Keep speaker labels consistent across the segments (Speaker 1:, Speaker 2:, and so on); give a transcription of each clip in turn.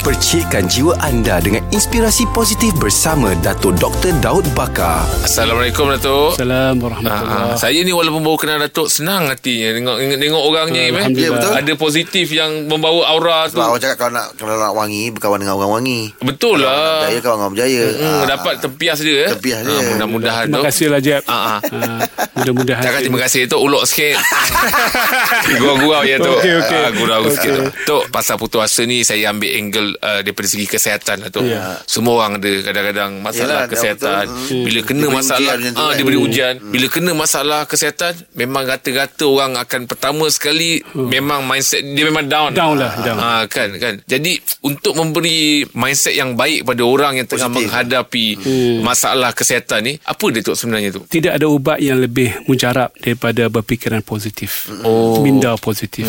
Speaker 1: Percikkan jiwa anda dengan inspirasi positif bersama Dato' Dr. Daud Bakar.
Speaker 2: Assalamualaikum Datuk. Ah, ah.
Speaker 3: Assalamualaikum warahmatullahi
Speaker 2: saya ni walaupun baru kenal Datuk senang hatinya tengok tengok orangnya Iman.
Speaker 3: Alhamdulillah.
Speaker 4: Ya, betul.
Speaker 2: Ada positif yang membawa aura tu.
Speaker 4: Sebab orang cakap kalau nak kalau nak wangi berkawan dengan orang wangi.
Speaker 2: Betul lah.
Speaker 4: Berjaya kawan dengan berjaya.
Speaker 2: Hmm, dapat tempias dia. eh.
Speaker 4: Tempias ya. Ah. dia.
Speaker 2: Ah, mudah-mudahan
Speaker 3: Terima
Speaker 2: tu.
Speaker 3: kasih lah Jeb
Speaker 2: Ah, ah.
Speaker 3: Ah, Mudah-mudahan
Speaker 2: Cakap terima kasih Tok ulok sikit Gurau-gurau ya Tok
Speaker 3: Okey, okey.
Speaker 2: Ah, Gurau
Speaker 3: Okey.
Speaker 2: sikit Tok. Tok pasal putus asa ni Saya ambil angle uh, Daripada segi kesihatan lah Tok
Speaker 3: Ya. Hmm.
Speaker 2: Semua orang ada Kadang-kadang masalah
Speaker 4: Yalah,
Speaker 2: kesihatan
Speaker 4: betul.
Speaker 2: Bila kena
Speaker 4: Diberi
Speaker 2: masalah
Speaker 4: ujian macam tu
Speaker 2: ah,
Speaker 4: kan.
Speaker 2: Diberi ujian Bila kena masalah kesihatan Memang rata-rata orang akan Pertama sekali Memang mindset Dia memang down
Speaker 3: Hmm. Down lah, down.
Speaker 2: Ah, Kan kan Jadi untuk memberi Mindset yang baik Pada orang yang tengah
Speaker 4: Positif.
Speaker 2: menghadapi
Speaker 3: Hmm.
Speaker 2: Masalah kesihatan ni Apa dia Tok sebenarnya tu?
Speaker 3: tidak ada ubat yang lebih mujarab daripada berfikiran positif.
Speaker 2: Oh. mm,
Speaker 3: Minda positif.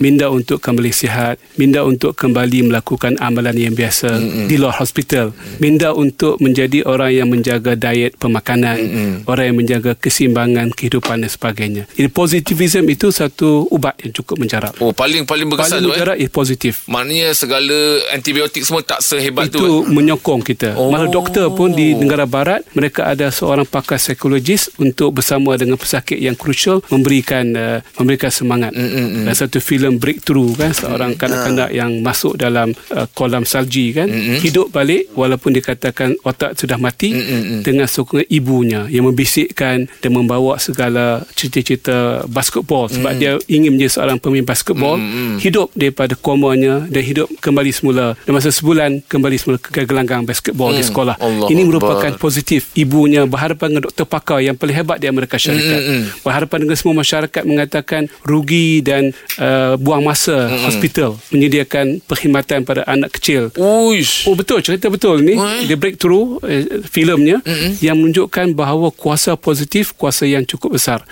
Speaker 3: Minda untuk kembali sihat, minda untuk kembali melakukan amalan yang biasa
Speaker 2: Mm,
Speaker 3: di luar hospital, minda untuk menjadi orang yang menjaga diet pemakanan,
Speaker 2: Mm,
Speaker 3: orang yang menjaga keseimbangan kehidupan dan sebagainya. Jadi positivism itu satu ubat yang cukup mujarab.
Speaker 2: Oh paling paling berkesan
Speaker 3: Paling
Speaker 2: tu eh.
Speaker 3: mujarab is positif.
Speaker 2: Maknanya segala antibiotik semua tak sehebat
Speaker 3: itu
Speaker 2: tu. eh?
Speaker 3: menyokong kita.
Speaker 2: Oh.
Speaker 3: Oh. Malah doktor pun di negara barat mereka ada seorang pakar psikologis untuk bersama dengan pesakit yang crucial memberikan uh, memberikan semangat. Mm, Dan satu filem breakthrough kan seorang kanak-kanak yang masuk dalam uh, kolam salji kan mm, hidup balik walaupun dikatakan otak sudah mati mm, dengan sokongan ibunya yang membisikkan dan membawa segala cita-cita basketball sebab dia ingin menjadi seorang pemain basketball hidup daripada komanya dan hidup kembali semula dan masa sebulan kembali semula ke gelanggang basketball di sekolah
Speaker 2: Allah
Speaker 3: ini
Speaker 2: Akbar.
Speaker 3: merupakan positif ibunya berhadapan dengan doktor pakar yang paling hebat di Amerika Syarikat berhadapan dengan semua masyarakat mengatakan rugi dan uh, buang masa hospital menyediakan perkhidmatan pada anak kecil
Speaker 2: Uish.
Speaker 3: Oh betul cerita betul ni
Speaker 2: Oh, eh.
Speaker 3: dia breakthrough eh, filmnya yang menunjukkan bahawa kuasa positif kuasa yang cukup besar.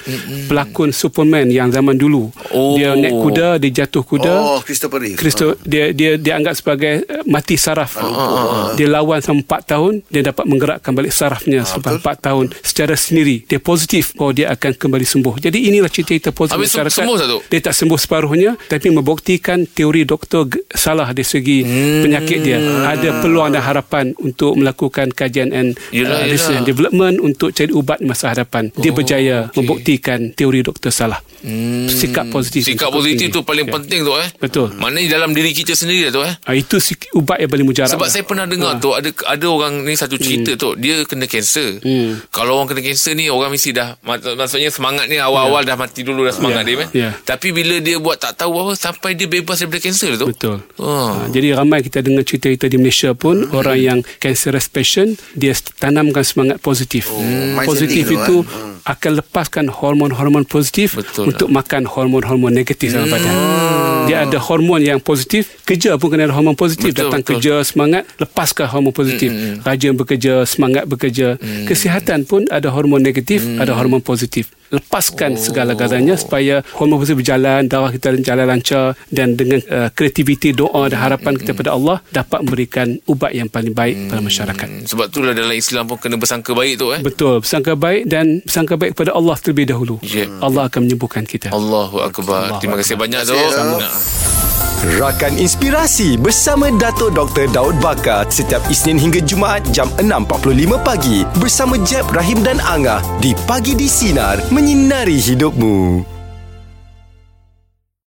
Speaker 3: Pelakon Superman yang zaman dulu
Speaker 2: Oh.
Speaker 3: dia naik kuda dia jatuh kuda
Speaker 4: Oh, Christopher Reeve.
Speaker 3: Kristo dia dia dianggap sebagai eh, mati
Speaker 2: Ah,
Speaker 3: saraf. Dia lawan selama 4 tahun dia dapat menggerakkan balik sarafnya
Speaker 2: Ah,
Speaker 3: selepas 4 tahun secara sendiri. Dia positif bahawa dia akan kembali sembuh. Jadi inilah cerita-cerita positif kan.
Speaker 2: Habis sem- sembuh tak tu?
Speaker 3: Dia tak sembuh separuhnya tapi membuktikan teori doktor g- salah dari segi
Speaker 2: Hmm.
Speaker 3: penyakit dia.
Speaker 2: Ah.
Speaker 3: Ada peluang dan harapan untuk melakukan kajian and
Speaker 2: Yelah, yelah.
Speaker 3: uh,
Speaker 2: Oh,
Speaker 3: research and development untuk cari ubat di masa hadapan. Dia berjaya
Speaker 2: okey. Hmm.
Speaker 3: membuktikan teori doktor salah. Sikap positif.
Speaker 2: Sikap
Speaker 3: cukup
Speaker 2: positif
Speaker 3: tinggi.
Speaker 2: tu paling
Speaker 3: Ya.
Speaker 2: penting tu eh.
Speaker 3: Betul.
Speaker 2: Maknanya dalam diri kita sendiri lah tu eh.
Speaker 3: Ah, itu sik- ubat yang paling mujarab.
Speaker 2: Sebab
Speaker 3: lah.
Speaker 2: saya pernah dengar tu ada ada orang ni
Speaker 3: Hmm.
Speaker 2: satu cerita tu dia kena kanser. Kalau orang kena kanser ni orang mesti dah mak- maksudnya semangat ni awal-awal dah mati dulu dah semangat
Speaker 3: Ya.
Speaker 2: dia kan.
Speaker 3: Ya.
Speaker 2: Tapi bila dia buat tak tahu apa sampai dia bebas daripada kanser tu.
Speaker 3: Betul.
Speaker 2: Oh. Hmm.
Speaker 3: Ha, jadi ramai kita dengar cerita-cerita di Malaysia pun orang yang cancerous patient dia s- tanamkan semangat positif.
Speaker 2: Oh,
Speaker 4: Hmm.
Speaker 3: Positif
Speaker 4: mindset
Speaker 3: itu
Speaker 4: tu kan.
Speaker 3: akan lepaskan hormon-hormon
Speaker 2: eh.
Speaker 3: positif
Speaker 2: Hmm. Betul Hmm.
Speaker 3: untuk makan hormon-hormon negatif dalam badan. Dia ada hormon yang positif, kerja pun kena ada hormon positif.
Speaker 2: Betul,
Speaker 3: Datang
Speaker 2: betul. Hmm,
Speaker 3: kerja semangat, lepaskan hormon positif. Rajin bekerja, semangat bekerja. Kesihatan pun ada hormon negatif,
Speaker 2: Hmm.
Speaker 3: ada hormon positif.
Speaker 2: Oh.
Speaker 3: Lepaskan segala-galanya Oh. supaya hormon positif berjalan, darah kita berjalan lancar dan dengan uh, kreativiti doa dan harapan kita pada Allah dapat memberikan ubat yang paling baik pada masyarakat.
Speaker 2: Sebab itulah dalam Islam pun kena bersangka baik tu eh.
Speaker 3: Betul, sangka baik dan sangka baik kepada Allah terlebih dahulu.
Speaker 2: Ya.
Speaker 3: Allah akan menyembuhkan kita.
Speaker 2: Allahu akbar.
Speaker 3: Allahu
Speaker 2: Terima kasih banyak tu.
Speaker 4: Terima kasih, ya. Datuk.
Speaker 2: Nah.
Speaker 1: Rakan Inspirasi bersama Dato Dr. Daud Bakar setiap Isnin hingga Jumaat jam 6.45 pagi bersama Jeb, Rahim dan Angah di Pagi di Sinar menyinari hidupmu.